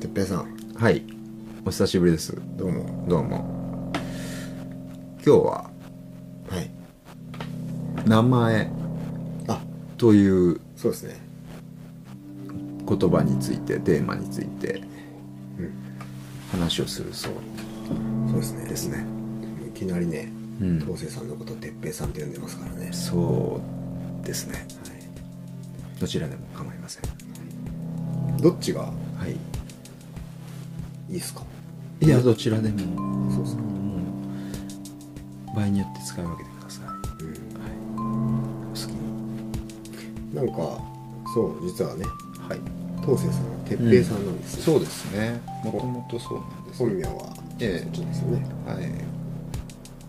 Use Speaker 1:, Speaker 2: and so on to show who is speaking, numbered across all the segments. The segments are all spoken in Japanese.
Speaker 1: てっぺいさん
Speaker 2: はいお久しぶりです
Speaker 1: どうも
Speaker 2: どうも今日は
Speaker 1: はい
Speaker 2: 名前
Speaker 1: あ
Speaker 2: という
Speaker 1: そうですね
Speaker 2: 言葉についてテーマについて話をするそう
Speaker 1: そうですね
Speaker 2: ですね
Speaker 1: いきなりね
Speaker 2: うん
Speaker 1: 昴生さんのことを哲平さんって呼んでますからね、はい、
Speaker 2: そうですねどちらでも構いません
Speaker 1: どっちが
Speaker 2: はい
Speaker 1: いいっすか
Speaker 2: いやどちらでも
Speaker 1: そうですね
Speaker 2: 場合によって使い分けてください、はい、お好きに
Speaker 1: なんかそう実はね
Speaker 2: はい
Speaker 1: 昴生さんは哲平さんなんですよ、
Speaker 2: そうですねもともとそうなんです
Speaker 1: 本名は
Speaker 2: ええ
Speaker 1: そっちですよね、
Speaker 2: はい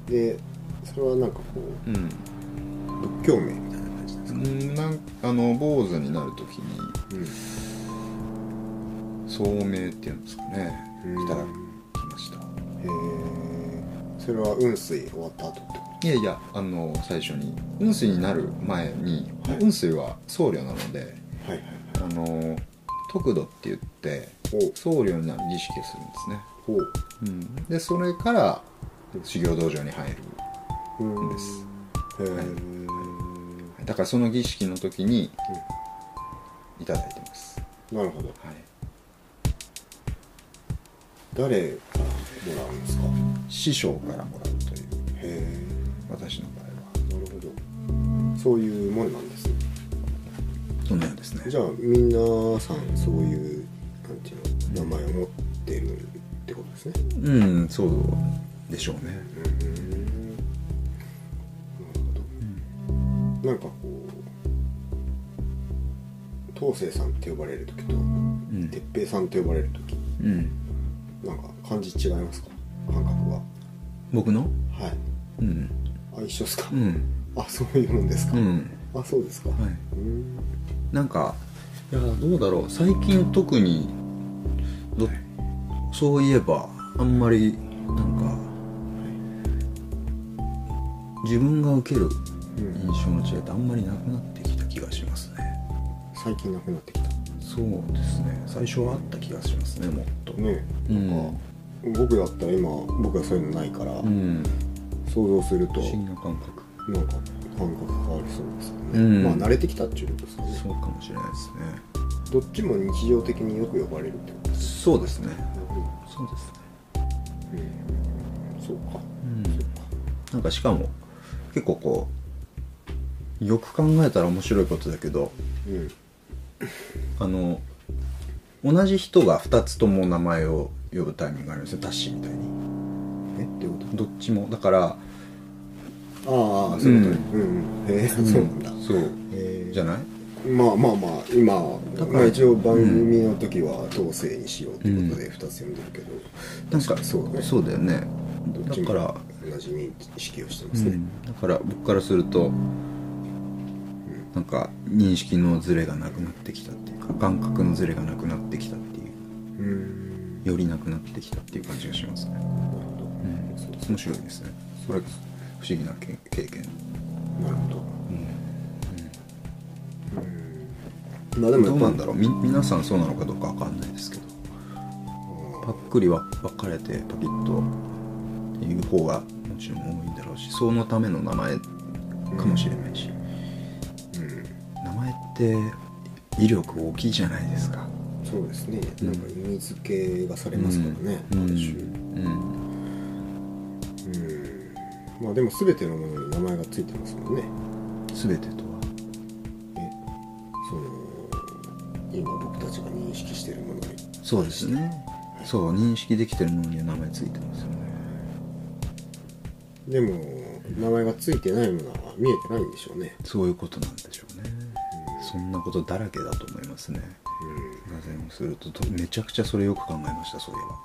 Speaker 1: でそれはなんかこ
Speaker 2: うん
Speaker 1: う仏教名みたいな感じなんですか、
Speaker 2: うんなんあの坊主になるときに
Speaker 1: うん
Speaker 2: 聡明っていうんですかね
Speaker 1: うん
Speaker 2: 来たら来ました
Speaker 1: へえそれは雲水終わった後ってこ
Speaker 2: いやいやあの最初に雲水になる前に、
Speaker 1: はい
Speaker 2: 雲水は僧侶なので
Speaker 1: とはいはい
Speaker 2: あの得度って言って僧侶になる儀式をするんですね、
Speaker 1: お
Speaker 2: うん、でそれから修行道場に入る
Speaker 1: おうん
Speaker 2: です
Speaker 1: へえ、
Speaker 2: はいだからその儀式の時にいただいてます、
Speaker 1: なるほど
Speaker 2: はい、
Speaker 1: 誰からもらうんですか
Speaker 2: 師匠からもらうという
Speaker 1: へえ
Speaker 2: 私の場合は
Speaker 1: なるほどそういうもんなんですね
Speaker 2: そのようですね
Speaker 1: じゃあみんなさんそういうなんていうの名前を持ってるってことですね
Speaker 2: うんそうでしょうね
Speaker 1: うんなるほど、なんかこう東生さんって呼ばれる時と
Speaker 2: うん
Speaker 1: 哲平さんって呼ばれる時
Speaker 2: うん
Speaker 1: なんか感じ違いますか感覚は
Speaker 2: 僕の
Speaker 1: はい
Speaker 2: うん
Speaker 1: あ一緒ですか、
Speaker 2: うん
Speaker 1: あそういうもんですか、
Speaker 2: うん
Speaker 1: あそうですか、
Speaker 2: はいう
Speaker 1: ーん
Speaker 2: なんかいやどうだろう最近特にどそういえばあんまりなんか自分が受ける
Speaker 1: うん
Speaker 2: 印象の違いってあんまりなくなってきた気がしますね
Speaker 1: 最近なくなってきた
Speaker 2: そうですね最初はあった気がしますねもっと
Speaker 1: ね
Speaker 2: う
Speaker 1: えなん
Speaker 2: ん
Speaker 1: か、僕だったら今僕はそういうのないから、
Speaker 2: うん
Speaker 1: 想像すると
Speaker 2: 不思議な感覚
Speaker 1: なんか感覚変わりそうですよね、
Speaker 2: うん
Speaker 1: まあ慣れてきたっていうことですかね
Speaker 2: そうかもしれないですね
Speaker 1: どっちも日常的によく呼ばれるってことです
Speaker 2: そうですね
Speaker 1: ね、
Speaker 2: そうですね
Speaker 1: うん、そうか、
Speaker 2: うん
Speaker 1: そうか
Speaker 2: なんかしかも結構こうよく考えたら面白いことだけど
Speaker 1: うん
Speaker 2: あの同じ人が2つとも名前を呼ぶタイミングがあるんですよタッシーみたいに
Speaker 1: えってこ
Speaker 2: どっちもだから
Speaker 1: とああそういうことねうん、うん、へえそうなんだ、
Speaker 2: そう
Speaker 1: へえ
Speaker 2: じゃない
Speaker 1: まあまあまあ今
Speaker 2: だか
Speaker 1: ま
Speaker 2: ら
Speaker 1: あ、一応番組の時は統制にしようってことで2つ読んでるけど、
Speaker 2: なんか
Speaker 1: そうだね
Speaker 2: そうだよね
Speaker 1: どっ
Speaker 2: だ
Speaker 1: ち
Speaker 2: か
Speaker 1: も
Speaker 2: ら、
Speaker 1: 同じ認識をしてま
Speaker 2: う
Speaker 1: すね、
Speaker 2: ん、だから僕からするとなんか認識のズレがなくなってきたっていうか感覚のズレがなくなってきたっていう
Speaker 1: うん
Speaker 2: よりなくなってきたっていう感じがしますね、
Speaker 1: なるほど、
Speaker 2: うん
Speaker 1: そうです
Speaker 2: 面白いですねそれ不思議なけ経験
Speaker 1: なるほどうんまあでも
Speaker 2: ど
Speaker 1: や
Speaker 2: う
Speaker 1: っ
Speaker 2: な
Speaker 1: ぱ
Speaker 2: んだろうみ皆さんそうなのかどうかわかんないですけどパックリわ分かれてパキッとっていう方がもちろん多いんだろうしそのための名前かもしれないし、名前って威力大きいじゃないですか
Speaker 1: そうですねなんか意味付けがされますからね、
Speaker 2: うん
Speaker 1: ある種
Speaker 2: うん
Speaker 1: うんまあでも全てのものに名前が付いてますもんね
Speaker 2: 全てとは
Speaker 1: えその今僕たちが認識しているものに
Speaker 2: そうですねそう認識できてるものには名前ついてますよね
Speaker 1: でも名前が付いてないものは見えてないんでしょうね
Speaker 2: そういうことなんでしょうねそんなことだらけだと思いますね座禅をするととめちゃくちゃそれよく考えましたそういえば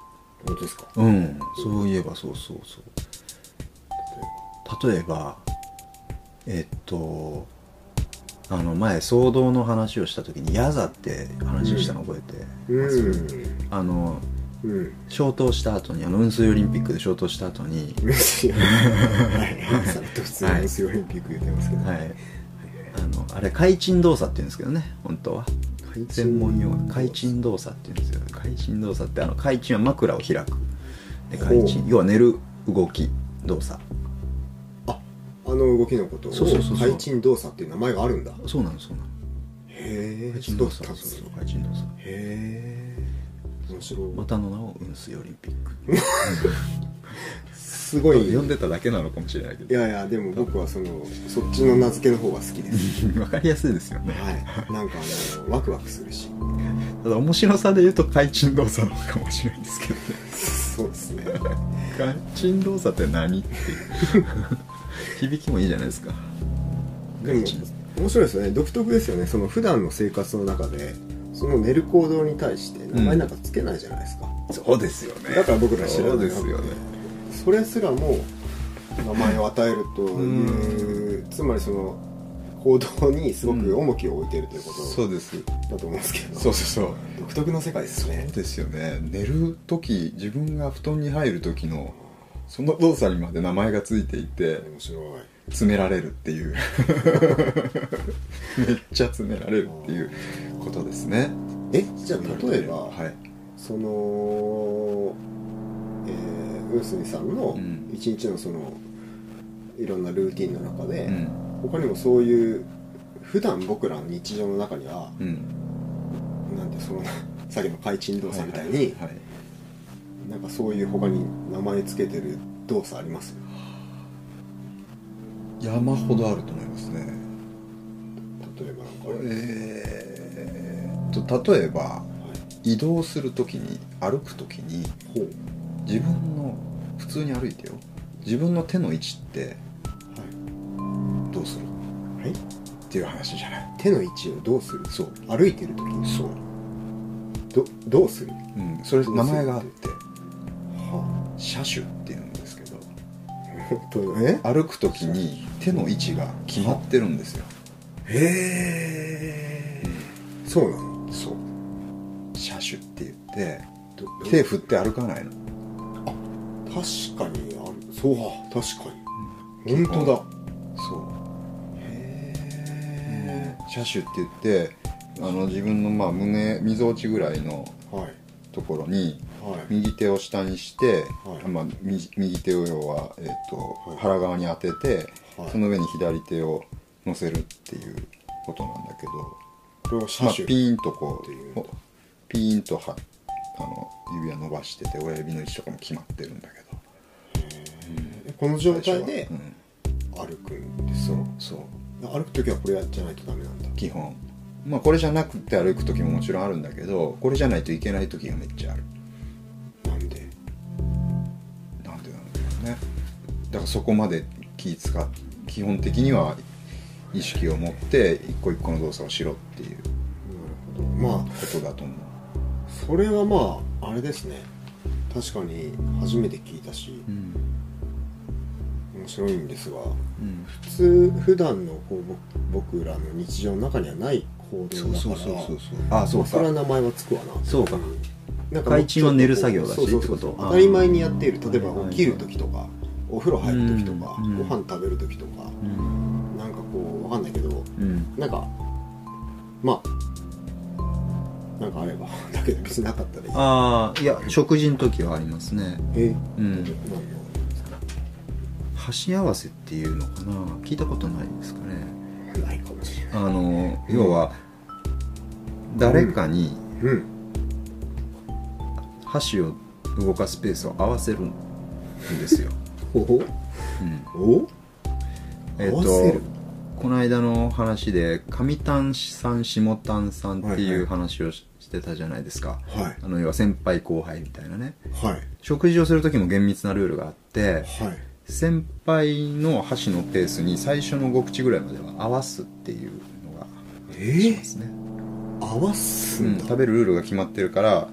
Speaker 1: 本当ですか
Speaker 2: うんそういえばそうそうそう例えばえっとあの前騒動の話をした時に「ヤザ」って話をしたの覚えてます、
Speaker 1: うん
Speaker 2: あの
Speaker 1: うん
Speaker 2: 消灯した後にあの運水オリンピックで消灯した後に、
Speaker 1: 嬉しいはいさっと普通の西オリンピック言ってますけど、
Speaker 2: はいあのあれ開陳動作って言うんですけどね本当は
Speaker 1: 開
Speaker 2: 専門用語開陳動作って言うんですよ開陳動作ってあの開陳は枕を開くで開陳
Speaker 1: ほ
Speaker 2: 要は寝る動き動作
Speaker 1: ああの動きのことを
Speaker 2: そうそうそうそう
Speaker 1: 開陳動作っていう名前があるんだ
Speaker 2: そうなのそうなの
Speaker 1: へえ
Speaker 2: 怪人
Speaker 1: ど
Speaker 2: 動
Speaker 1: うし
Speaker 2: 作
Speaker 1: たん
Speaker 2: そう
Speaker 1: です
Speaker 2: そ
Speaker 1: か
Speaker 2: う怪人動作
Speaker 1: へえ面白い、
Speaker 2: またの名を運水オリンピッ
Speaker 1: すご
Speaker 2: ク
Speaker 1: い
Speaker 2: 読んでただけなのかもしれないけ
Speaker 1: い
Speaker 2: ど
Speaker 1: やいやでも僕はそのそっちの名付けの方が好きです
Speaker 2: 分かりやすいですよね
Speaker 1: はいなんかあのワクワクするした
Speaker 2: だ面白さで言うと怪人動作なのかもしれないですけどね
Speaker 1: そうです ね
Speaker 2: 怪人動作って何っていう 響きもいいじゃないですか
Speaker 1: でも面白いですよね独特ですよねその普段の生活の中でその寝る行動に対して名前なんかつけないじゃないですか、
Speaker 2: そうですよね
Speaker 1: だから僕ら知らな
Speaker 2: そう
Speaker 1: い
Speaker 2: ですよね
Speaker 1: それすらも名前を与えるというつまりその行動にすごく重きを置いているというこ
Speaker 2: そうです
Speaker 1: とだと思うんですけど、
Speaker 2: そうそうそう
Speaker 1: 独特の世界ですね
Speaker 2: そうですよね寝る時自分が布団に入る時のその動作にまで名前がついていて
Speaker 1: 面白い
Speaker 2: 詰められるっていう めっちゃ詰められるっていうことですね
Speaker 1: えじゃあ例えば、
Speaker 2: はい
Speaker 1: そのえー上杉さんの
Speaker 2: うん
Speaker 1: 一日のそのいろんなルーティンの中で、
Speaker 2: うん
Speaker 1: 他にもそういう普段僕らの日常の中には、
Speaker 2: うん
Speaker 1: なんてその さっきの怪珍動作みたいに、
Speaker 2: はいはい
Speaker 1: なんかそういう他に名前つけてる動作あります
Speaker 2: 山ほどあると思いますね
Speaker 1: 例えばなんかあれ、
Speaker 2: えー、っと例えば
Speaker 1: はい
Speaker 2: 移動する時に歩く時に
Speaker 1: ほう
Speaker 2: 自分の普通に歩いてよ自分の手の位置ってどうするっ
Speaker 1: はい、はい、
Speaker 2: ていう話じゃない
Speaker 1: 手の位置をどうする
Speaker 2: そう
Speaker 1: 歩いてる時に
Speaker 2: そう、
Speaker 1: どどうする
Speaker 2: うん、それ名前があって
Speaker 1: は
Speaker 2: 車種っていうんですけど
Speaker 1: 本当にえ
Speaker 2: 歩く時に手の位置が決まってるんですよ
Speaker 1: へえそうなの
Speaker 2: そう車種って言って
Speaker 1: どど
Speaker 2: 手振って歩かないの
Speaker 1: 確かにあるそうは確かに、本当だ
Speaker 2: そう
Speaker 1: へ
Speaker 2: 車種って言ってあの自分のまあ胸みぞおちぐらいの
Speaker 1: えはい
Speaker 2: ところに
Speaker 1: はい
Speaker 2: 右手を下にして、
Speaker 1: はい
Speaker 2: まあ、右右手を要は、えっと
Speaker 1: はい
Speaker 2: 腹側に当てて、
Speaker 1: はい
Speaker 2: その上に左手を乗せるっていうことなんだけど
Speaker 1: これを
Speaker 2: ま
Speaker 1: 車
Speaker 2: あ、
Speaker 1: 種、
Speaker 2: ピーンとこ
Speaker 1: っていう
Speaker 2: うほピーンとはあの指輪伸ばしてて親指の位置とかも決まってるんだけど
Speaker 1: この状態で
Speaker 2: うん、
Speaker 1: 歩くんです
Speaker 2: そう
Speaker 1: よ、
Speaker 2: そう
Speaker 1: 歩く時はこれやっちゃないとダメなんだ
Speaker 2: 基本まあこれじゃなくて歩く時ももちろんあるんだけどこれじゃないといけない時がめっちゃある
Speaker 1: なんで
Speaker 2: なんでなんだろうねだからそこまで気使っ基本的には意識を持って一個一個の動作をしろっていう
Speaker 1: なるほどまあ
Speaker 2: ことだと思う
Speaker 1: それはまああれですね確かに初めて聞いたし
Speaker 2: うん
Speaker 1: 面白いんですが
Speaker 2: うん
Speaker 1: 普通普段のこう僕僕らの日常の中にはない行動だから
Speaker 2: あそう
Speaker 1: そ
Speaker 2: か
Speaker 1: れは名前はつくわな
Speaker 2: そうか
Speaker 1: なんか
Speaker 2: 開陳は寝る作業だし
Speaker 1: そうそうそう
Speaker 2: ってこと
Speaker 1: 当たり前にやっている
Speaker 2: あー
Speaker 1: 例えば起きる時とかお風呂入る時とか
Speaker 2: うん
Speaker 1: ご飯食べる時とか
Speaker 2: うん
Speaker 1: なんかこうわかんないけど
Speaker 2: うん
Speaker 1: なんかまあなんかあれば だけど別になかったらいい
Speaker 2: ああいや食事の時はありますね
Speaker 1: え
Speaker 2: うん箸合わせっていうのかな聞いたことないですかね
Speaker 1: なんないかもしれない
Speaker 2: あの要は誰かに
Speaker 1: うん
Speaker 2: 箸を動かすペースを合わせるんですよ、
Speaker 1: おお
Speaker 2: うん、
Speaker 1: お
Speaker 2: えっ、
Speaker 1: 合わせ
Speaker 2: と
Speaker 1: る
Speaker 2: この間の話で上丹さん下丹さんって
Speaker 1: はい
Speaker 2: い
Speaker 1: は
Speaker 2: う
Speaker 1: い
Speaker 2: 話をししてたじゃないですか、
Speaker 1: はい
Speaker 2: あの要は先輩後輩みたいなね
Speaker 1: はい
Speaker 2: 食事をする時も厳密なルールがあって
Speaker 1: はい
Speaker 2: 先輩の箸のペースに最初の5口ぐらいまでは合わすっていうのが
Speaker 1: え
Speaker 2: し
Speaker 1: ー
Speaker 2: ますね、
Speaker 1: 合わす
Speaker 2: うんん、
Speaker 1: だ
Speaker 2: 食べるルールが決まってるから、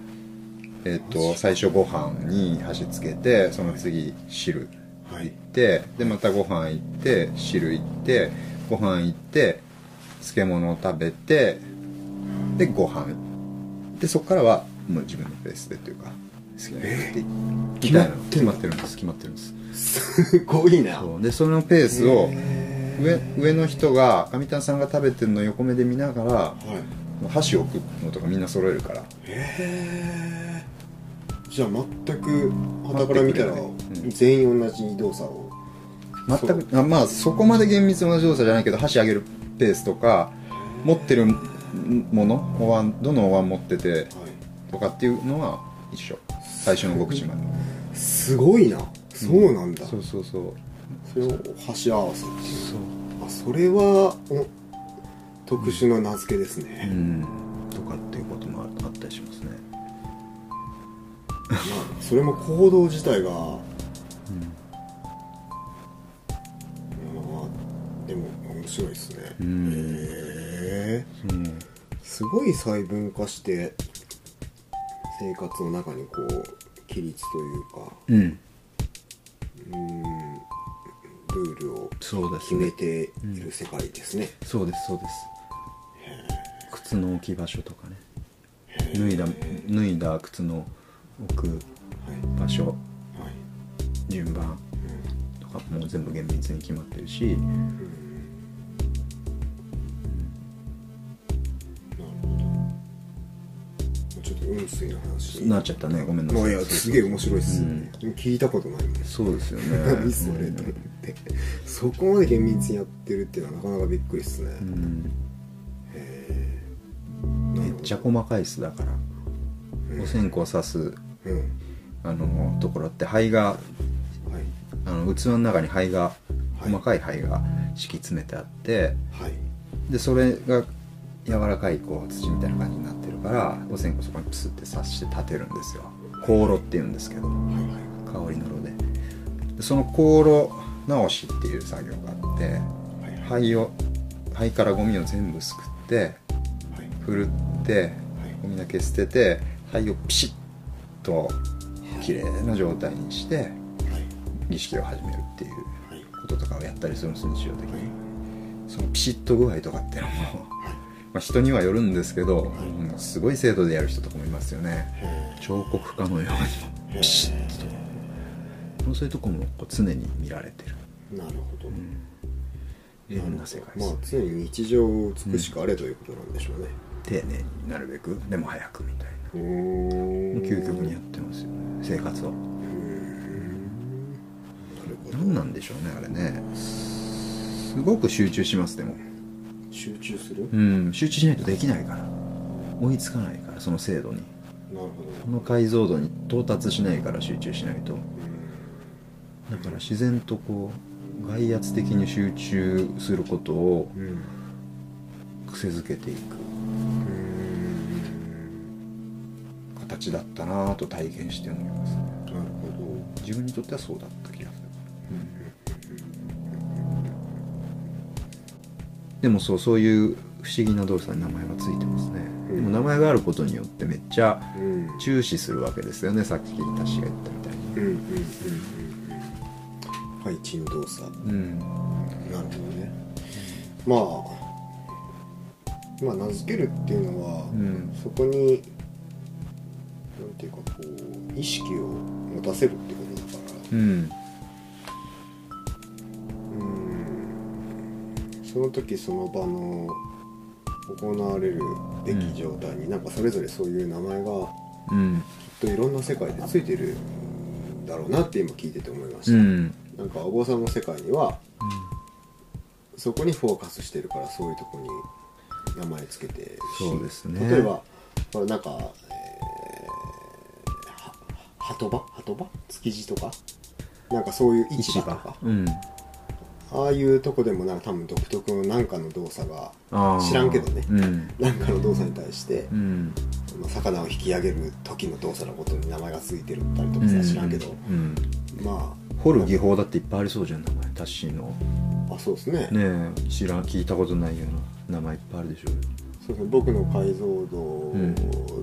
Speaker 2: えっと最初ご飯に箸つけてその次汁
Speaker 1: は
Speaker 2: 行っ
Speaker 1: い
Speaker 2: てでまたご飯行って汁行ってご飯行って漬物を食べてでご飯でそこからはもう自分のペースでというか好きなように食っていいみたいな
Speaker 1: 決
Speaker 2: の決ま
Speaker 1: ま
Speaker 2: ってるんです決まってるんです
Speaker 1: すごい な
Speaker 2: そうでそのペースを
Speaker 1: へー
Speaker 2: 上上の人が上谷さんが食べてるのを横目で見なが
Speaker 1: はい
Speaker 2: ら箸を置くのとかみんな揃えるから
Speaker 1: へえじゃあ全く傍から見たら
Speaker 2: 全くくれないうん
Speaker 1: 全員同じ動作を
Speaker 2: 全くあまあそこまで厳密な動作じゃないけど箸上げるペースとか持ってるものお椀どのお椀持っててとかっていうのは一緒最初の極口まです
Speaker 1: ごいなそうなんだ、
Speaker 2: そうそうそう
Speaker 1: それを箸合わせっていう
Speaker 2: そう
Speaker 1: あそれはお特殊な名付けです
Speaker 2: う
Speaker 1: ね、
Speaker 2: んとかっていうこともあったりしますね
Speaker 1: まあ、それも行動自体が、まあでも面白いですね、
Speaker 2: うん
Speaker 1: へえ
Speaker 2: うん
Speaker 1: すごい細分化して生活の中にこう規律というか
Speaker 2: うん
Speaker 1: ルールを
Speaker 2: そうです
Speaker 1: 決
Speaker 2: ね
Speaker 1: めている世界ですね、
Speaker 2: そうですそうです靴の置き場所とかね脱いだ脱いだ靴の置く場所
Speaker 1: はいはい
Speaker 2: 順番とかも全部厳密に決まってるし
Speaker 1: なるほどもうちょっと運水の話
Speaker 2: なっちゃったねごめんな
Speaker 1: ま
Speaker 2: さ
Speaker 1: あ
Speaker 2: い
Speaker 1: いやすげえ面白いっす、
Speaker 2: うん
Speaker 1: 聞いたことないもん
Speaker 2: そうですよね
Speaker 1: 何それと思ってそこまで厳密にやってるっていうのはなかなかびっくりっすね、
Speaker 2: うん
Speaker 1: な
Speaker 2: め
Speaker 1: る
Speaker 2: っ
Speaker 1: ほど
Speaker 2: ちゃ細かいっすだから、お線香刺す
Speaker 1: うん
Speaker 2: あのところって灰が
Speaker 1: はい
Speaker 2: あの器の中に灰が
Speaker 1: はい
Speaker 2: 細かい灰が敷き詰めてあって
Speaker 1: はい
Speaker 2: でそれが柔らかいこう土みたいな感じになってるからお線香そこにプスって刺して立てるんですよ香炉っていうんですけど
Speaker 1: はいはい
Speaker 2: 香りの炉ででその香炉直しっていう作業があって
Speaker 1: はいはい
Speaker 2: 灰を灰からゴミを全部すくって
Speaker 1: はい
Speaker 2: ふるって
Speaker 1: はい
Speaker 2: ゴミだけ捨てて灰をピシッと綺麗な状態にして儀式を始めるっていう
Speaker 1: はいはい
Speaker 2: こととかをやったりするんです日常的にそのピシッと具合とかっていうのも まあ人にはよるんですけど、
Speaker 1: い
Speaker 2: もうすごい精度でやる人とかもいますよね彫刻家のようにピシッとそういうとこもこう常に見られてる
Speaker 1: なるほど、
Speaker 2: いろんな世界です
Speaker 1: まあ常に日常を美しくあれということなんでしょうね、
Speaker 2: 丁寧になるべくでも早くみたいな
Speaker 1: うーん
Speaker 2: 究極にやってますよね生活を
Speaker 1: なるほど
Speaker 2: 何なんでしょうねあれねすごく集中しますでも
Speaker 1: 集中する、
Speaker 2: うん集中しないとできないから追いつかないからその精度に
Speaker 1: なるほ
Speaker 2: この解像度に到達しないから集中しないとだから自然とこう外圧的に集中することを
Speaker 1: どうん
Speaker 2: 癖づけていく形だったなぁと体験して思いますね
Speaker 1: なるほ
Speaker 2: 自分にとってはそうだった気がする、でもそうそういう不思議な動作に名前がついてますね、
Speaker 1: うん
Speaker 2: でも名前があることによってめっちゃ
Speaker 1: どうん
Speaker 2: 注視するわけですよねさっきタシが言ったみたいに
Speaker 1: うんうんうんうんうん配置の動作
Speaker 2: うん
Speaker 1: なるほどねまあまあ名付けるっていうのは、
Speaker 2: うん
Speaker 1: そこになんてていうかこう意識を持たせるってことだから
Speaker 2: うん
Speaker 1: うんその時その場の行われるべき状態に、なんかそれぞれそういう名前が
Speaker 2: う
Speaker 1: き
Speaker 2: ん
Speaker 1: っといろんな世界でついてるんだろうなって今聞いてて思いました、
Speaker 2: うん
Speaker 1: なんかお坊さんの世界にはそこにフォーカスしてるからそういうとこに名前つけてるし
Speaker 2: そうですね
Speaker 1: 例えばこれなんか、えー、は鳩場鳩場築地とかなんかそういう市場とか
Speaker 2: うん
Speaker 1: ああいうとこでもなんか多分独特のなんかの動作が
Speaker 2: あー
Speaker 1: 知らんけどね
Speaker 2: うん
Speaker 1: なんかの動作に対して
Speaker 2: う、ん
Speaker 1: まあ魚を引き上げる時の動作のことに名前がついてるったりと
Speaker 2: う
Speaker 1: かさ
Speaker 2: ん
Speaker 1: 知らんけど、
Speaker 2: うん
Speaker 1: ま
Speaker 2: 掘る技法だっていっぱいありそうじゃん名前タッシーの
Speaker 1: ああそうですね
Speaker 2: ねえ知らん聞いたことないような名前いっぱいあるでしょうよ
Speaker 1: そうですね僕の解像度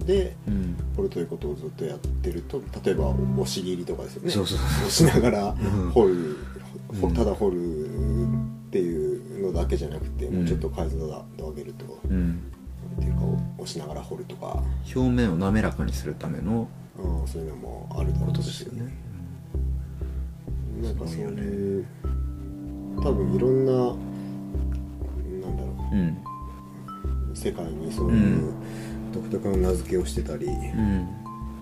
Speaker 1: で、
Speaker 2: うん
Speaker 1: 掘るということをずっとやってると例えば押し切りとかですよね
Speaker 2: そうそう
Speaker 1: 押しながら
Speaker 2: ん
Speaker 1: 掘る、ほ
Speaker 2: うん
Speaker 1: ただ掘るっていうのだけじゃなくて、もうちょっと解像度を上げるとか
Speaker 2: うん
Speaker 1: っていうか押しながら掘るとか、
Speaker 2: 表面を滑らかにするための
Speaker 1: うん、そういうのもあるだろ
Speaker 2: こと
Speaker 1: う
Speaker 2: です
Speaker 1: し
Speaker 2: よね
Speaker 1: なんかそう
Speaker 2: すごいよね
Speaker 1: いう多分いろんななんだろ
Speaker 2: うん
Speaker 1: う世界にそういう独特の名付けをしてたり
Speaker 2: うん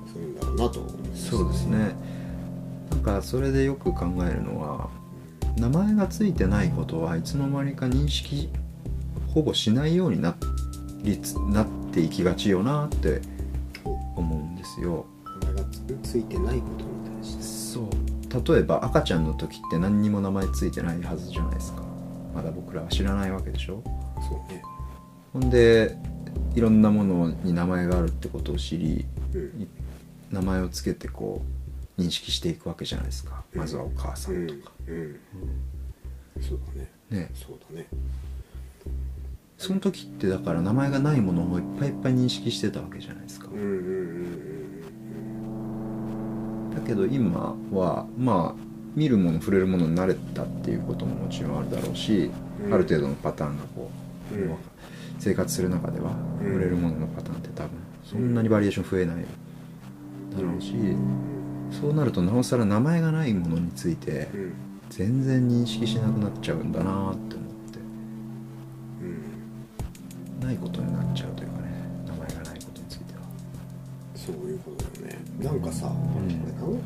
Speaker 1: するんだろうなと思います
Speaker 2: そうですねなんかそれでよく考えるのは名前がついてないことはいつの間にか認識ほぼしないようになりつなっていきがちよなって思うんですよ
Speaker 1: 名前がつついてないことに対して
Speaker 2: そう例えば赤ちゃんの時って何にも名前ついてないはずじゃないですかまだ僕らは知らないわけでしょ
Speaker 1: そうね
Speaker 2: ほんでいろんなものに名前があるってことを知り
Speaker 1: うん
Speaker 2: 名前をつけてこう認識していくわけじゃないですかまずはお母さ
Speaker 1: うんん
Speaker 2: と、
Speaker 1: うんそうだね
Speaker 2: ね
Speaker 1: そうだね
Speaker 2: その時ってだから名前がないものをいっぱいいっぱい認識してたわけじゃないですか、
Speaker 1: うんうんうん
Speaker 2: だけど今はまあ見るもの触れるものに慣れたっていうことももちろんあるだろうし、
Speaker 1: うん
Speaker 2: ある程度のパターンがこ
Speaker 1: う
Speaker 2: う、
Speaker 1: ん
Speaker 2: 生活する中では
Speaker 1: うん
Speaker 2: 触れるもののパターンって多分そんなにバリエーション増えないだろうし、そうなるとなおさら名前がないものについて
Speaker 1: うん
Speaker 2: 全然認識しなくなっちゃうんだなって思って
Speaker 1: うんうん
Speaker 2: ないことになっちゃうというかね名前がないことについては。
Speaker 1: そういうことだよねなんかさ、
Speaker 2: ん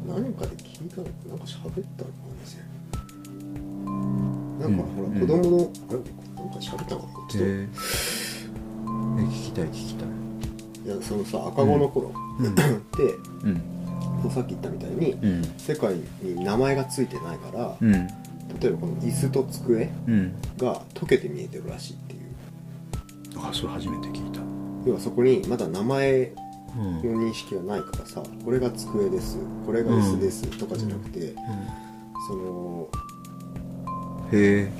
Speaker 1: な何かで聞いたのなんか喋ったのかななんかほら、
Speaker 2: うん
Speaker 1: 子供のあれなんか喋ったのかなちょっと、
Speaker 2: え聞きたい聞きたい
Speaker 1: いやそのさ赤子の頃、
Speaker 2: うん
Speaker 1: で
Speaker 2: うん
Speaker 1: そのさっき言ったみたいに、
Speaker 2: うん
Speaker 1: 世界に名前がついてないから、
Speaker 2: うん
Speaker 1: 例えばこの椅子と机
Speaker 2: うん
Speaker 1: が溶けて見えてるらしいっていう
Speaker 2: あそれ初めて聞いた
Speaker 1: 要はそこにまだ名前
Speaker 2: うん
Speaker 1: の認識がないからさこれが机ですこれが椅子ですとかじゃなくて、その
Speaker 2: へ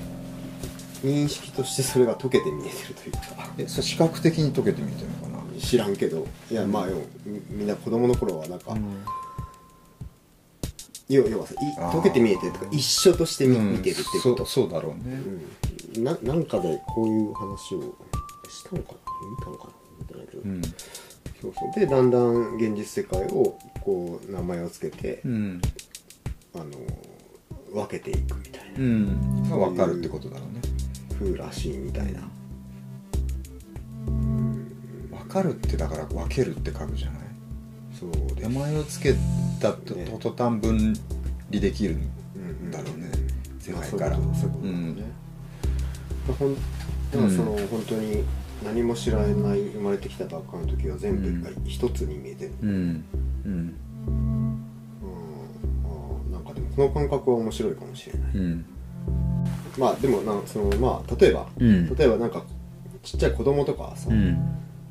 Speaker 1: 認識としてそれが溶けて見えてるというか
Speaker 2: えそれ視覚的に溶けて見えてるのかな
Speaker 1: 知らんけどいやまあよみみんな子供の頃はなんか、要要はさい
Speaker 2: あー
Speaker 1: 溶けて見えてるとか一緒として見,、てるっていうこと、
Speaker 2: そうだろうね
Speaker 1: うん、ななんかでこういう話をしたのかな見たのかなみたいなけど、
Speaker 2: うん
Speaker 1: そうそうでだんだん現実世界をこう名前をつけて、
Speaker 2: うん
Speaker 1: あの分けていくみたいな
Speaker 2: うん
Speaker 1: が分かるってこと
Speaker 2: だろうね
Speaker 1: 風らしいみたいな
Speaker 2: 分かるってだから分けるって書くじゃない
Speaker 1: そうで
Speaker 2: 名前をつけたと
Speaker 1: ね
Speaker 2: 途端分離できる
Speaker 1: うん
Speaker 2: んだろうね世
Speaker 1: まあ
Speaker 2: 界から
Speaker 1: そういうことそういうことだねまあほんだからその、本当に何も知らない生まれてきたばっかの時は全部が一つに見えてる、
Speaker 2: うん
Speaker 1: う
Speaker 2: うん
Speaker 1: んあーなんかでもこの感覚は面白いかもしれない、
Speaker 2: うん
Speaker 1: まあでもなそのまあ例えば、
Speaker 2: うん
Speaker 1: 例えばなんかちっちゃい子供とかはさ、
Speaker 2: うん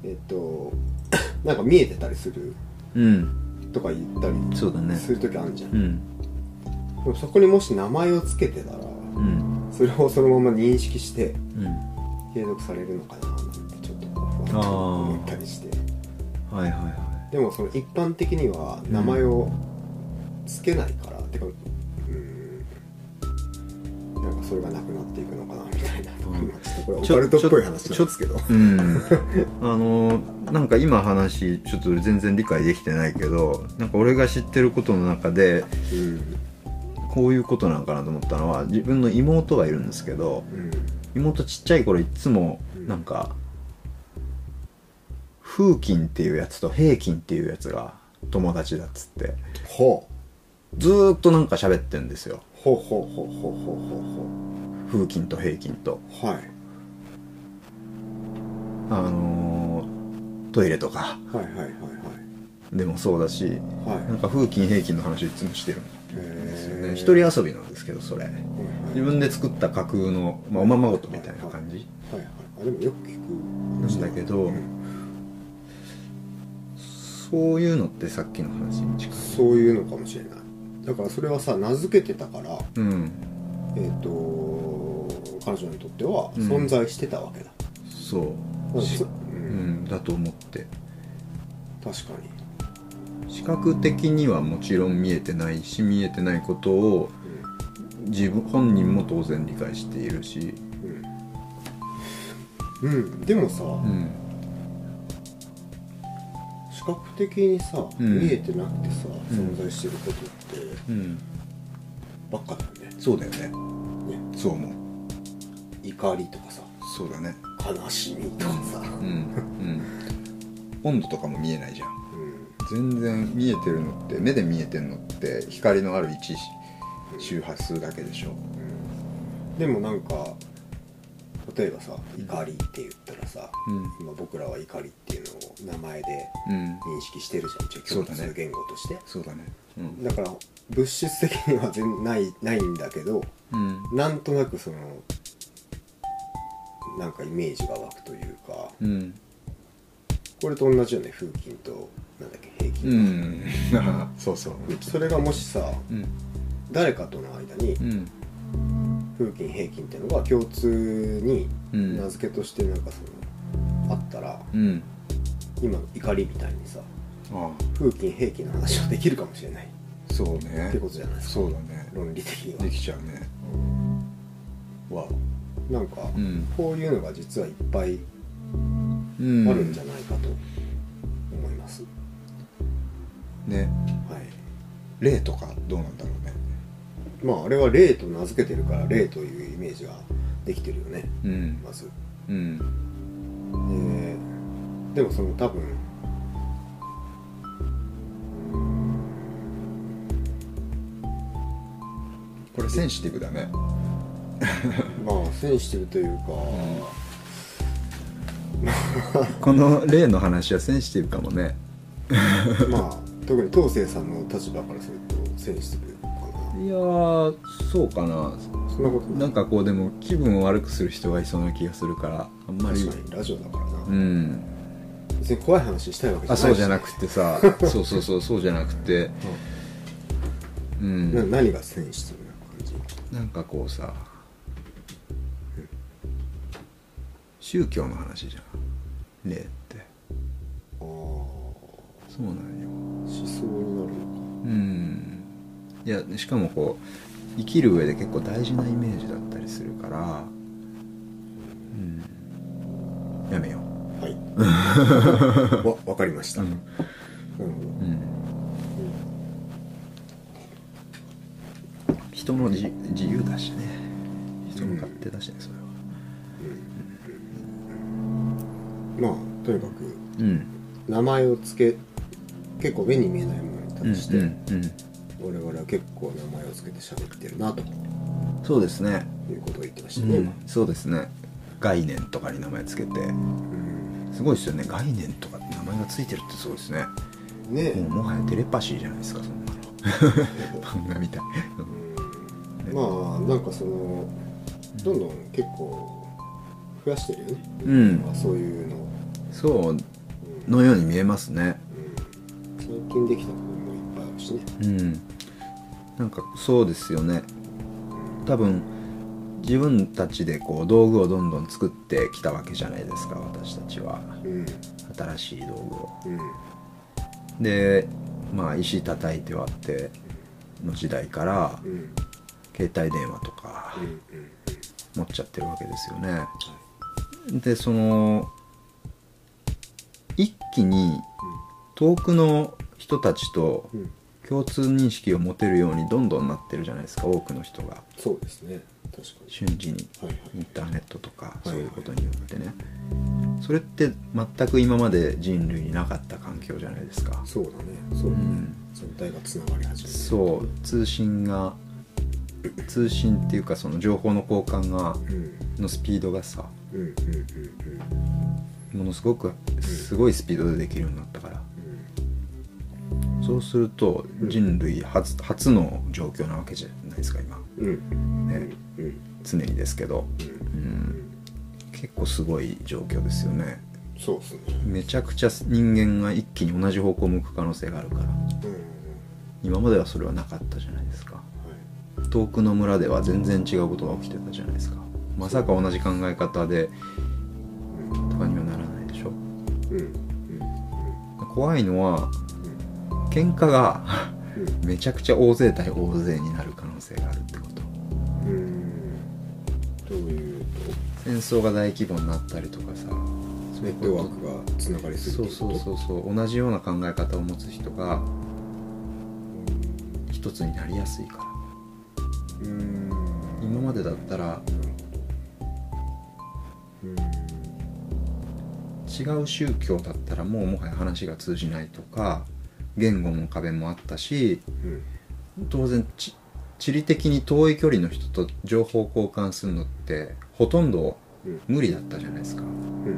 Speaker 1: えっと なんか見えてたりする
Speaker 2: うん
Speaker 1: とか言ったり
Speaker 2: そうだね
Speaker 1: する時あるじゃん、
Speaker 2: うん
Speaker 1: でもそこにもし名前をつけてたら
Speaker 2: うん
Speaker 1: それをそのまま認識して
Speaker 2: うん
Speaker 1: 継続されるのかななんてちょっとこうふわっと
Speaker 2: あー
Speaker 1: 思ったりして
Speaker 2: はいはいは
Speaker 1: でもその一般的には名前をつけないから、てかうーんなんかそれがなくなっていくのかなみたいな、
Speaker 2: うん
Speaker 1: まあちょっとこれオカルトっぽい話なんですけど
Speaker 2: うん、あのなんか今話ちょっと全然理解できてないけどなんか俺が知ってることの中で
Speaker 1: うん
Speaker 2: こういうことなんかなと思ったのは自分の妹がいるんですけど
Speaker 1: うん
Speaker 2: 妹ちっちゃい頃いっつも
Speaker 1: うん
Speaker 2: なんか風琴っていうやつと平均っていうやつが友達だっつって
Speaker 1: ほう
Speaker 2: ずーっとなんか喋ってんですよ
Speaker 1: ほうほうほうほうほうほ
Speaker 2: 風琴と平均と
Speaker 1: うほうはい
Speaker 2: あのートイレとか
Speaker 1: はいはいはい
Speaker 2: でもそうだし
Speaker 1: はいはい
Speaker 2: なんか風琴平均の話をいつもしてるん
Speaker 1: で
Speaker 2: ですよね一人遊びなんですけどそれ自分で作った架空の、まあ、おままごとみたいな感じ
Speaker 1: はいはいあでもよく聞く
Speaker 2: なんだけど
Speaker 1: うん
Speaker 2: そういうのってさっきの話に近い
Speaker 1: そういうのかもしれないだからそれはさ名付けてたから
Speaker 2: うん
Speaker 1: えっ、と彼女にとっては
Speaker 2: うん
Speaker 1: 存在してたわけだ、
Speaker 2: そう、
Speaker 1: うん
Speaker 2: し
Speaker 1: そう
Speaker 2: うんん、だと思って
Speaker 1: 確かに
Speaker 2: 視覚的にはもちろん見えてないし見えてないことを自分本人も当然理解しているし、
Speaker 1: うん、うんでもさ、
Speaker 2: うん、
Speaker 1: 視覚的にさ、
Speaker 2: うん
Speaker 1: 見えてなくてさ
Speaker 2: うん
Speaker 1: 存在してることって
Speaker 2: うん、
Speaker 1: ばっかだよね
Speaker 2: そうだよね
Speaker 1: ね
Speaker 2: そう思う
Speaker 1: 怒りとかさ
Speaker 2: そうだね
Speaker 1: 悲しみとかさ、
Speaker 2: うんうん 温度とかも見えないじゃん
Speaker 1: うん
Speaker 2: 全然見えてるのって目で見えてるのって光のある位置周波数だけでしょ
Speaker 1: うんでもなんか例えばさ怒りって言ったらさ、
Speaker 2: うん
Speaker 1: 今僕らは怒りっていうのを名前で
Speaker 2: うん
Speaker 1: 認識してるじゃん一応
Speaker 2: そう
Speaker 1: 共
Speaker 2: だね
Speaker 1: 通言語として
Speaker 2: そうだねうん
Speaker 1: だから物質的には全ないないんだけど
Speaker 2: うん
Speaker 1: なんとなくそのなんかイメージが湧くというか
Speaker 2: うん
Speaker 1: これと同じよね風琴となんだっけ平
Speaker 2: う
Speaker 1: 均、
Speaker 2: ん そうそう
Speaker 1: それがもしさ
Speaker 2: うん
Speaker 1: 誰かとの間に
Speaker 2: うん
Speaker 1: 風琴平均っていうのが共通に
Speaker 2: うん
Speaker 1: 名付けとしてなんかそのあったら
Speaker 2: うん
Speaker 1: 今の怒りみたいにさ
Speaker 2: あ
Speaker 1: 風琴平均の話はできるかもしれない
Speaker 2: あそうね
Speaker 1: ってことじゃないですか
Speaker 2: そうだね
Speaker 1: 論理的には
Speaker 2: できちゃうねわ
Speaker 1: なんか、
Speaker 2: うん
Speaker 1: こういうのが実はいっぱい
Speaker 2: うん
Speaker 1: あるんじゃないかと思います、
Speaker 2: ね
Speaker 1: はい
Speaker 2: 霊とかどうなんだろうね
Speaker 1: まああれは霊と名付けてるから霊というイメージができてるよね
Speaker 2: うん
Speaker 1: まず
Speaker 2: うん
Speaker 1: ででもその多分
Speaker 2: これセンシティブだね
Speaker 1: まあセンシティブというか、
Speaker 2: この霊の話はセンシティブかもね
Speaker 1: まあ特に東生さんの立場からするとセンシティブか
Speaker 2: いやーそうかな
Speaker 1: なそんなこと
Speaker 2: な
Speaker 1: ない
Speaker 2: んかこうでも気分を悪くする人がいそうな気がするからあんまり
Speaker 1: 確かにラジオだからな、
Speaker 2: うん
Speaker 1: 別に怖い話したいわけじゃない
Speaker 2: あそうじゃな
Speaker 1: し
Speaker 2: くてさそうそうそうそうじゃなくて う
Speaker 1: なん何がセンシティブな感じ
Speaker 2: なんかこうさ宗教の話じゃん霊って
Speaker 1: ああ思
Speaker 2: そうなんよ
Speaker 1: 想になるの
Speaker 2: うんいやしかもこう生きる上で結構大事なイメージだったりするからうんやめよう
Speaker 1: かはい わわかりました、なるほど
Speaker 2: うん人の自自由だしね人の勝手だしねそれは
Speaker 1: まあとにかく
Speaker 2: うん
Speaker 1: 名前を付け結構目に見えないものに
Speaker 2: うん
Speaker 1: 対して、
Speaker 2: うんうん
Speaker 1: 我々は結構名前を付けて喋ってるなと
Speaker 2: そうですね、
Speaker 1: いうことを言ってました
Speaker 2: う
Speaker 1: ね、
Speaker 2: ん、そうですね概念とかに名前つけて
Speaker 1: うん
Speaker 2: すごいですよね概念とかって名前がついてるってすごいですね
Speaker 1: ねえ、
Speaker 2: もうもはやテレパシーじゃないですかそんなの漫画みたい
Speaker 1: うんまあなんかそのどんどん結構増やしてるよね、
Speaker 2: うん
Speaker 1: まあ、そういうの、
Speaker 2: そう
Speaker 1: うん
Speaker 2: のように見えますね
Speaker 1: うん最近できたこともいっぱいあるしね
Speaker 2: うんなんかそうですよね多分自分たちでこう道具をどんどん作ってきたわけじゃないですか私たちは
Speaker 1: うん
Speaker 2: 新しい道具を
Speaker 1: うん
Speaker 2: でまあ石叩いて割っての時代から
Speaker 1: うん
Speaker 2: 携帯電話とか
Speaker 1: うんうん
Speaker 2: 持っちゃってるわけですよね。でその一気に遠くの人たちと
Speaker 1: うんうん
Speaker 2: 共通認識を持てるようにどんどんなってるじゃないですか多くの人が
Speaker 1: そうですね確か
Speaker 2: 瞬時に
Speaker 1: にはいはい
Speaker 2: インターネットとか
Speaker 1: い
Speaker 2: そういうことによってねそれって全く今まで人類になかった環境じゃないですか
Speaker 1: そうだねそうだね、
Speaker 2: うん
Speaker 1: 全体がつながり始める
Speaker 2: そう通信が通信っていうかその情報の交換が
Speaker 1: うん
Speaker 2: のスピードがさ
Speaker 1: うんうんうんうん
Speaker 2: ものすごくすごいスピードでできるようになったから
Speaker 1: うん
Speaker 2: そうすると人類初初の状況なわけじゃないですか今、
Speaker 1: うん
Speaker 2: ね、
Speaker 1: うん
Speaker 2: 常にですけど、
Speaker 1: うん
Speaker 2: うん、結構すごい状況ですよね
Speaker 1: そうですね
Speaker 2: めちゃくちゃ人間が一気に同じ方向を向く可能性があるから
Speaker 1: うんうん
Speaker 2: 今まではそれはなかったじゃないですか
Speaker 1: はい
Speaker 2: 遠くの村では全然違うことが起きてたじゃないですかまさか同じ考え方でとかにはならないでしょ
Speaker 1: うんうん
Speaker 2: 怖いのは喧嘩が
Speaker 1: うん
Speaker 2: めちゃくちゃ大勢対大勢になる可能性があるってこと
Speaker 1: うんうんどういう
Speaker 2: 戦争が大規模になったりとかさ
Speaker 1: とネットワークがつながりす
Speaker 2: そ
Speaker 1: ぎ
Speaker 2: う
Speaker 1: て
Speaker 2: そうそうそう同じような考え方を持つ人が一つになりやすいから
Speaker 1: ううん
Speaker 2: 今までだったら
Speaker 1: うん
Speaker 2: 違う宗教だったらもうもはや話が通じないとか言語の壁もあったし
Speaker 1: うん
Speaker 2: 当然ち地理的に遠い距離の人と情報交換するのってほとんど
Speaker 1: うん
Speaker 2: 無理だったじゃないですか
Speaker 1: うんうん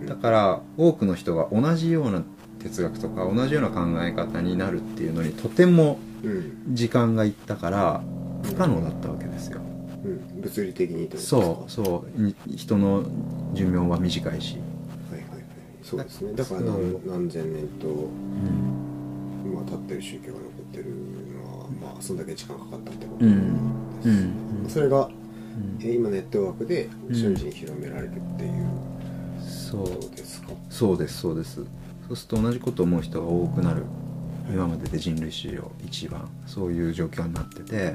Speaker 1: うん
Speaker 2: だから多くの人が同じような哲学とか同じような考え方になるっていうのにとても
Speaker 1: うん
Speaker 2: 時間がいったから不可能だったわけですよ
Speaker 1: うん物理的にってことですか
Speaker 2: そうそうに人の寿命は短いし、
Speaker 1: はいはいはいそうですねだから
Speaker 2: うん
Speaker 1: 何何千年と
Speaker 2: うん
Speaker 1: 今立ってる宗教が残ってるのはまあそんだけ時間かかったってこと
Speaker 2: う
Speaker 1: です
Speaker 2: んうん
Speaker 1: それがえー今ネットワークで瞬時に広められるっていう
Speaker 2: そ
Speaker 1: こ
Speaker 2: う
Speaker 1: とですか、
Speaker 2: そうですそうですそうすると同じことを思う人が多くなる今までで人類史上一番そういう状況になってて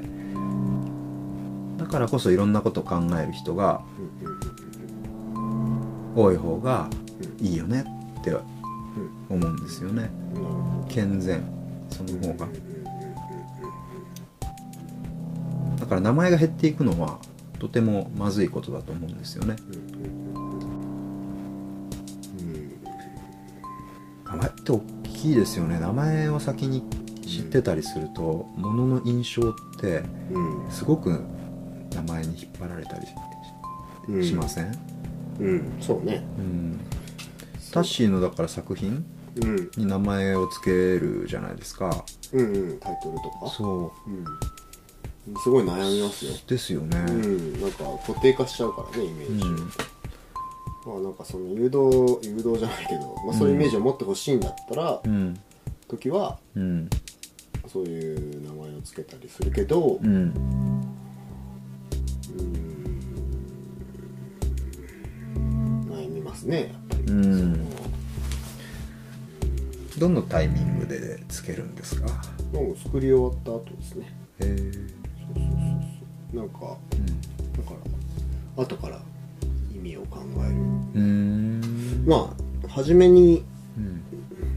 Speaker 2: だからこそいろんなことを考える人が
Speaker 1: うんうんうん
Speaker 2: 多い方が
Speaker 1: うん
Speaker 2: いいよねって思うんですよね
Speaker 1: うんなるほ
Speaker 2: 健全その
Speaker 1: ど
Speaker 2: 方が
Speaker 1: うんうんうん
Speaker 2: だから名前が減っていくのはとてもまずいことだと思うんですよね
Speaker 1: うんうんうん
Speaker 2: 名前って大きいですよね名前を先に知ってたりするとものの印象って
Speaker 1: うん
Speaker 2: すごく名前に引っ張られたりし
Speaker 1: うん
Speaker 2: しません、
Speaker 1: うんそうね
Speaker 2: うん、タッシーのだから作品
Speaker 1: うん
Speaker 2: に名前を付けるじゃないですか
Speaker 1: うんうんタイトルとか
Speaker 2: そ
Speaker 1: うんすごい悩みますよ
Speaker 2: うですよね、
Speaker 1: うんなんか固定化しちゃうからねイメ
Speaker 2: う
Speaker 1: ー
Speaker 2: ん
Speaker 1: ジ、まあなんかその誘導誘導じゃないけど、まあ、そういうイメージを持ってほしいんだったら、
Speaker 2: うん
Speaker 1: 時は
Speaker 2: うん
Speaker 1: そういう名前を付けたりするけど、
Speaker 2: うん
Speaker 1: 悩みますねやっぱり、
Speaker 2: うんどのタイミングで付けるんですか
Speaker 1: そのもう作り終わった後ですね
Speaker 2: へえ
Speaker 1: そうそうそうそうなんかだから後から意味を考える
Speaker 2: うんうーん
Speaker 1: まあ初めに
Speaker 2: う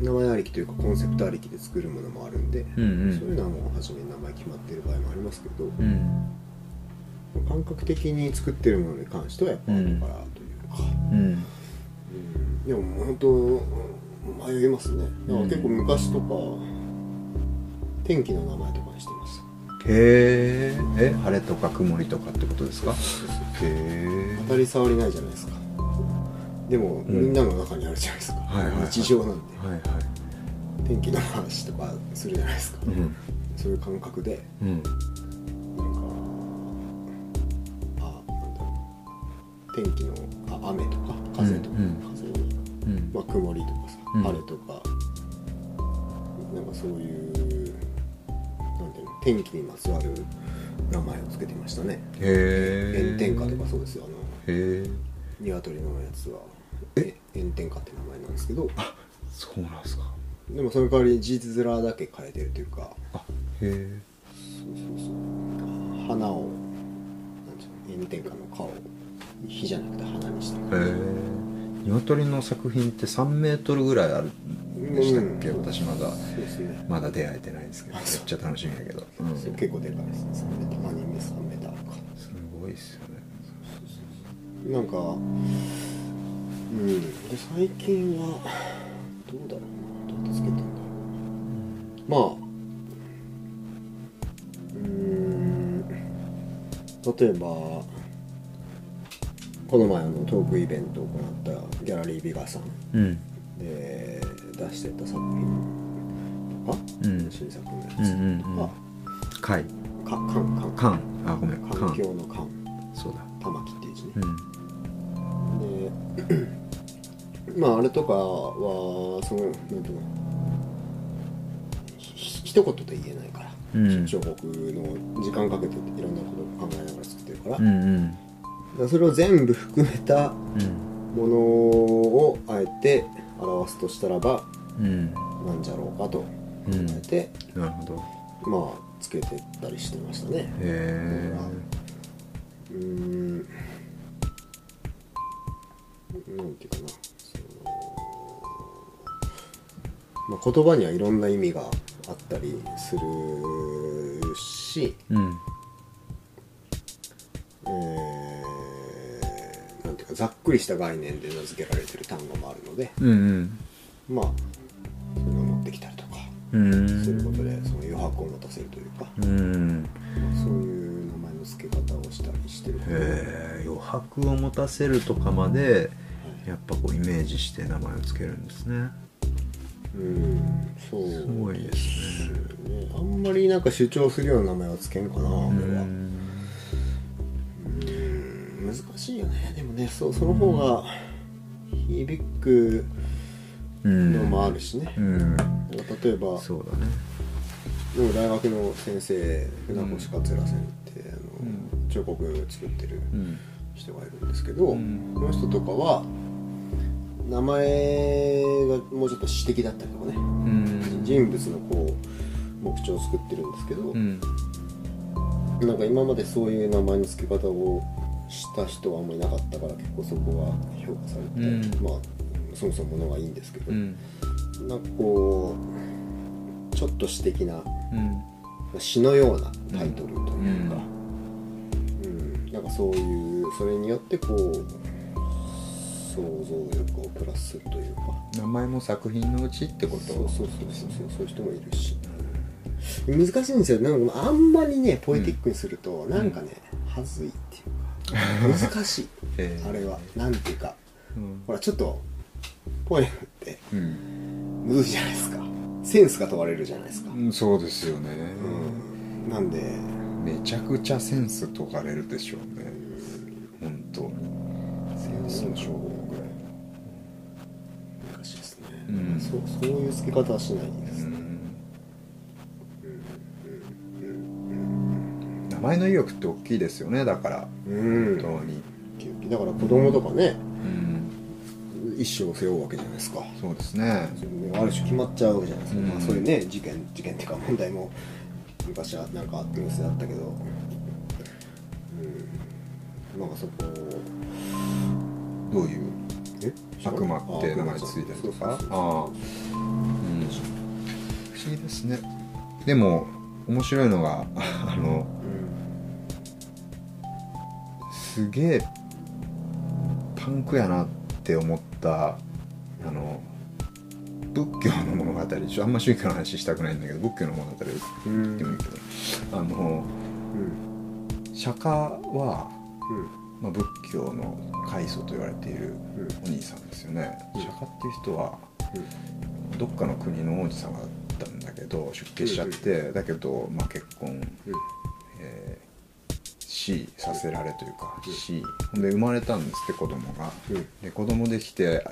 Speaker 2: ん
Speaker 1: 名前ありきというかコンセプトありきで作るものもあるんで、
Speaker 2: うんうん
Speaker 1: そういうのはもう初めに名前決まってる場合もありますけど、
Speaker 2: うん
Speaker 1: 感覚的に作ってるものに関してはやっぱ後からというか、
Speaker 2: うん
Speaker 1: うんでももう本当うん迷いますねだから結構昔とか、天気の名前とかにしてます
Speaker 2: へーえ晴れとか曇りとかってことですかへえ
Speaker 1: 当たり障りないじゃないですかでも、
Speaker 2: ん
Speaker 1: みんなの中にあるじゃないですか、
Speaker 2: はいはいはい
Speaker 1: 日常なんで
Speaker 2: はいは
Speaker 1: 天気の話とかするじゃないですか、
Speaker 2: いうん
Speaker 1: そういう感覚で
Speaker 2: うん
Speaker 1: なんかあなんだろう天気のあ雨とか風とか、
Speaker 2: うん
Speaker 1: 風に
Speaker 2: うん
Speaker 1: まあ、曇りとかさ、
Speaker 2: うん
Speaker 1: 晴れとかなんかそういうなんていうの天気にまつわる名前をつけてましたね
Speaker 2: へえ
Speaker 1: 炎天下とかそうですよあの
Speaker 2: へえ
Speaker 1: 鶏のやつはえ炎天下って名前なんですけど
Speaker 2: そうなんですか
Speaker 1: でもその代わり事実面だけ変えてるというか
Speaker 2: あへえ
Speaker 1: そうそうそう花をなんていうの無添加の皮を火じゃなくて花にした
Speaker 2: へえ鶏の作品って3メートルぐらいあるんでしたっけ、
Speaker 1: うん
Speaker 2: 私まだ
Speaker 1: そうですね
Speaker 2: まだ出会えてないですけどめっちゃ楽しみやけど、うん、す
Speaker 1: 結構でかいですね3メーターまあ2メー3メーターか
Speaker 2: ごいっすよね
Speaker 1: なんかうんで最近はどうだろうなどうやってつけてんだろうまあうーん例えばこの前あのトークイベントを行ったギャラリービガさん
Speaker 2: うん
Speaker 1: で出してた作品とか、
Speaker 2: うん
Speaker 1: 新作のや
Speaker 2: うんうん
Speaker 1: つと
Speaker 2: うん
Speaker 1: か、
Speaker 2: 貝
Speaker 1: かかんか
Speaker 2: 缶あごめん
Speaker 1: ん
Speaker 2: 缶
Speaker 1: 環境の環
Speaker 2: そうだ
Speaker 1: 玉木っていう字ね
Speaker 2: う、
Speaker 1: でまああれとかはそのなんていうのひひ一言で言えないから、
Speaker 2: うん
Speaker 1: 彫刻の時間かけていろんなことを考えながら作ってるから,、
Speaker 2: んうん
Speaker 1: だからそれを全部含めた
Speaker 2: うん
Speaker 1: ものをあえて表すとしたらば
Speaker 2: うん
Speaker 1: なんじゃろうかと考
Speaker 2: うん
Speaker 1: えて、
Speaker 2: なるほど
Speaker 1: まあつけてったりしてましたね
Speaker 2: へえ
Speaker 1: うーんなんていうかなその、まあ、言葉にはいろんな意味があったりするし、
Speaker 2: うん
Speaker 1: えーなんていうかざっくりした概念で名付けられてる単語もあるので
Speaker 2: うん
Speaker 1: まあそういうのを持ってきたりとか
Speaker 2: うんう
Speaker 1: するこ
Speaker 2: ん
Speaker 1: とでその余白を持たせるというか、
Speaker 2: うん
Speaker 1: そういう名前の付け方をしたりしてる
Speaker 2: へえ余白を持たせるとかまでやっぱこうイメージして名前をつけるんですね
Speaker 1: うんそう
Speaker 2: すごいですね
Speaker 1: ねあんまりなんか主張するような名前はつけんかなこ
Speaker 2: う
Speaker 1: れは
Speaker 2: ん
Speaker 1: うん難しいよねでもねそうその方が響く
Speaker 2: うん
Speaker 1: のもあるしね、
Speaker 2: うん
Speaker 1: だから例えば
Speaker 2: そうだね
Speaker 1: でも大学の先生船越勝浦先生って、あの
Speaker 2: うん
Speaker 1: 彫刻作ってる
Speaker 2: うん
Speaker 1: 人がいるんですけど、
Speaker 2: うん
Speaker 1: この人とかは名前がもうちょっと詩的だったりとかね
Speaker 2: うん
Speaker 1: 人物のこう目標を作ってるんですけど、
Speaker 2: うん
Speaker 1: なんか今までそういう名前の付け方をした人はあんまりなかったから結構そこは評価されて、
Speaker 2: うん
Speaker 1: まあそもそものがいいんですけど、
Speaker 2: うん
Speaker 1: なんかこうちょっと詩的な
Speaker 2: うん
Speaker 1: 詩のようなタイトルというか、うんなんかそういうそれによってこう想像力をプラスするというか
Speaker 2: 名前も作品のうちってこと
Speaker 1: そうそうそうそうそういう人もいるし難しいんですよなんかあんまりねポエティックにすると、なんかねはずいっていうか難しい
Speaker 2: ええ
Speaker 1: あれはなんていうか
Speaker 2: うん
Speaker 1: ほらちょっとポエムって
Speaker 2: うん
Speaker 1: むずいじゃないですかセンスが問われるじゃないですか、
Speaker 2: うんそうですよね
Speaker 1: うん、なんで
Speaker 2: めちゃくちゃセンス解かれるでしょうね本当センスの勝負ぐらい
Speaker 1: 難しいですね、
Speaker 2: うん
Speaker 1: そうそういう付け方はしないで
Speaker 2: う
Speaker 1: すね、
Speaker 2: ん
Speaker 1: うん
Speaker 2: 名前の威力って大きいですよねだから
Speaker 1: うん
Speaker 2: 本当に
Speaker 1: だから子供とかね
Speaker 2: うん
Speaker 1: 一生を背負うわけじゃないですか
Speaker 2: そうですね
Speaker 1: ある種決まっちゃうわけじゃないですか、
Speaker 2: うん
Speaker 1: まあ、そういうね事件事件っていうか問題も昔はなんかあってニュースだったけどうんなんかそこ
Speaker 2: どういう
Speaker 1: え
Speaker 2: 悪魔って名前ついたりとか
Speaker 1: そうそうそう
Speaker 2: ああうん不思議ですねでも面白いのがあの
Speaker 1: うん
Speaker 2: すげえパンクやなって思ったあの仏教の物語でしょあんま宗教の話したくないんだけど仏教の物語で言ってもいいけど、あの
Speaker 1: うん
Speaker 2: 釈迦は、
Speaker 1: うん
Speaker 2: まあ、仏教の開祖と言われている
Speaker 1: うん
Speaker 2: お兄さんですよね、
Speaker 1: うん
Speaker 2: 釈迦っていう人はどっかの国の王子様だったんだけど出家しちゃって、だけど、まあ、結婚
Speaker 1: うん
Speaker 2: えーしさせられというか、
Speaker 1: うん
Speaker 2: しほんで生まれたんですって子供が、
Speaker 1: うん
Speaker 2: で子供できて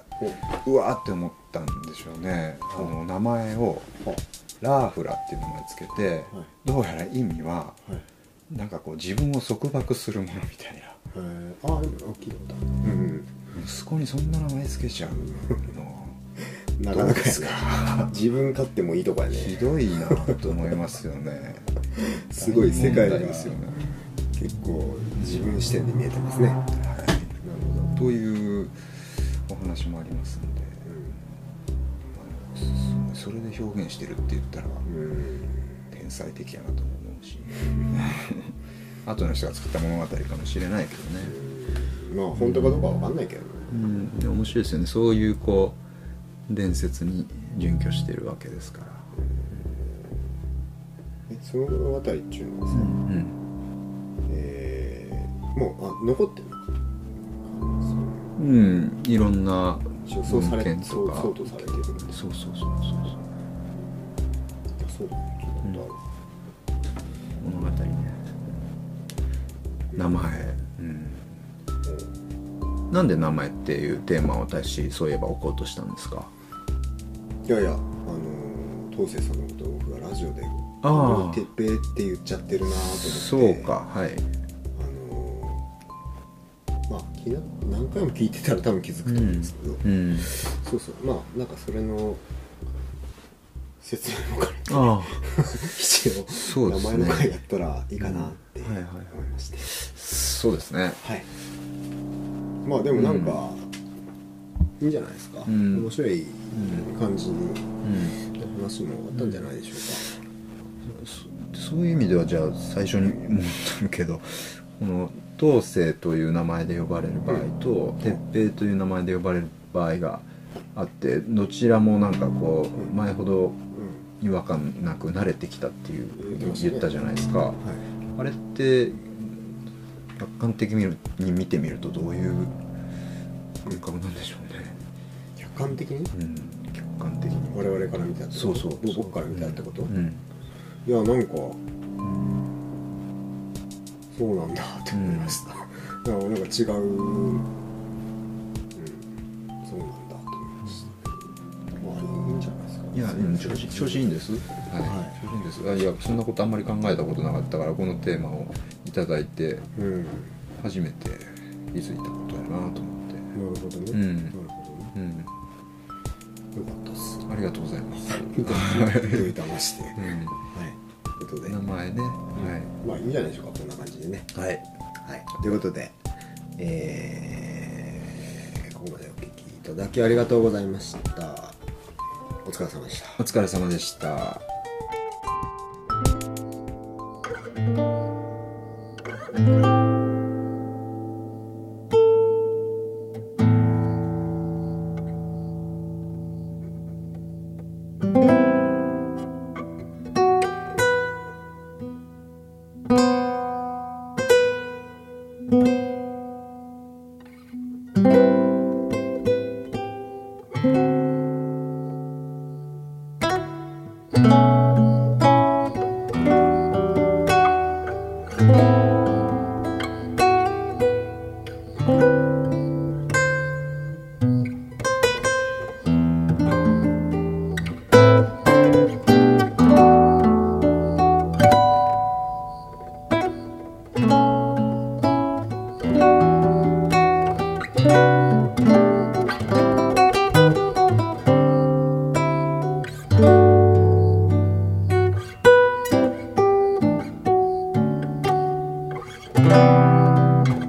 Speaker 2: うわーって思ったんでしょうねあの名前を
Speaker 1: おは
Speaker 2: ラーフラっていう名前つけて、
Speaker 1: はい
Speaker 2: どうやら意味は
Speaker 1: はい
Speaker 2: なんかこう自分を束縛するものみたいな
Speaker 1: えー、あ大きいことうん
Speaker 2: 息子にそんな名前つけちゃうの
Speaker 1: な
Speaker 2: ど
Speaker 1: か
Speaker 2: う
Speaker 1: な
Speaker 2: で
Speaker 1: か
Speaker 2: すか
Speaker 1: 自分勝ってもいいとかや
Speaker 2: ひ
Speaker 1: ね
Speaker 2: どいなと思いますよね
Speaker 1: すごい世界が
Speaker 2: 大問題ですよね
Speaker 1: 結構自分視点で見えてますねなるほ
Speaker 2: というお話もありますんで、まあそれで表現してるって言ったら
Speaker 1: どうん
Speaker 2: 天才的やなとも思うし 後の人が作った物語かもしれないけどね、
Speaker 1: まあ本当かどうかわかんないけどね
Speaker 2: うん、で面白いですよねそういうこう伝説に準拠してるわけですから、
Speaker 1: えその物語っていうのはさ、
Speaker 2: うん
Speaker 1: えーもうあ残ってるのかそ
Speaker 2: うん、いろんな
Speaker 1: うそうされ
Speaker 2: 文献
Speaker 1: そ
Speaker 2: と
Speaker 1: う
Speaker 2: か
Speaker 1: そうとされてるんです
Speaker 2: そうそうそうそうそう
Speaker 1: あそうだね聞いたことある
Speaker 2: 物語ね名前、うん、なんで名前っていうテーマを私そういえば置こうとしたんですか
Speaker 1: いやいやあのー、東勢さんのことを僕がラジオで「
Speaker 2: あー
Speaker 1: てっぺい」って言っちゃってるなと
Speaker 2: そ
Speaker 1: 思っ
Speaker 2: う
Speaker 1: て
Speaker 2: かはい
Speaker 1: あのー、まあ気な何回も聞いてたら多分気づくと思うんですけど、
Speaker 2: うん
Speaker 1: そうそうまあなんかそれの説明もかね
Speaker 2: ああ
Speaker 1: 一
Speaker 2: そう
Speaker 1: 応
Speaker 2: で
Speaker 1: 名
Speaker 2: すね
Speaker 1: 前の回やったらいいかなって
Speaker 2: うんはいはいはい
Speaker 1: 思いまして
Speaker 2: そうですね
Speaker 1: はいまあでもなんか、いいんじゃないですか、
Speaker 2: ん
Speaker 1: 面白い感じに
Speaker 2: うん
Speaker 1: 話もあったんじゃないでしょ
Speaker 2: そそういう意味ではじゃあ最初に戻るけどこの東生という名前で呼ばれる場合と鉄平という名前で呼ばれる場合があってどちらもなんかこう前ほど
Speaker 1: うか、
Speaker 2: 違和感なく慣れてきたっていうふ
Speaker 1: 言
Speaker 2: う
Speaker 1: ってま
Speaker 2: に
Speaker 1: したね
Speaker 2: 言ったじゃないですか、
Speaker 1: うんはい
Speaker 2: あれって客観的に見るに見てみるとどういう感覚なんでしょうね、
Speaker 1: 客観的に
Speaker 2: うん、客観的に
Speaker 1: 我々から見たって
Speaker 2: そうそう
Speaker 1: 僕僕から見たってこと、
Speaker 2: うん
Speaker 1: いやなんかそうなんだって思いました、だ からなんか違う、うん、そうなんだと思いましたまあいいんじゃないですか
Speaker 2: いや、うん、調子調子いいんです、はい
Speaker 1: はい
Speaker 2: 調子いいんですあいやそんなことあんまり考えたことなかったからこのテーマをいただいて
Speaker 1: うんな
Speaker 2: 初めて気づいたことやなと思って、
Speaker 1: るほどね、
Speaker 2: うん
Speaker 1: なるほどね
Speaker 2: うん、
Speaker 1: よかったっす
Speaker 2: ありがとうござい ます、
Speaker 1: どういたまして、は
Speaker 2: う
Speaker 1: いということで
Speaker 2: ん、名前ね、
Speaker 1: まあいいんじゃないでしょうかこんな感じでね
Speaker 2: はい、はい、
Speaker 1: はい、ということで、えーここまでお聞きいただきありがとうございました。お疲れ様でした。
Speaker 2: お疲れ様でした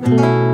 Speaker 1: 「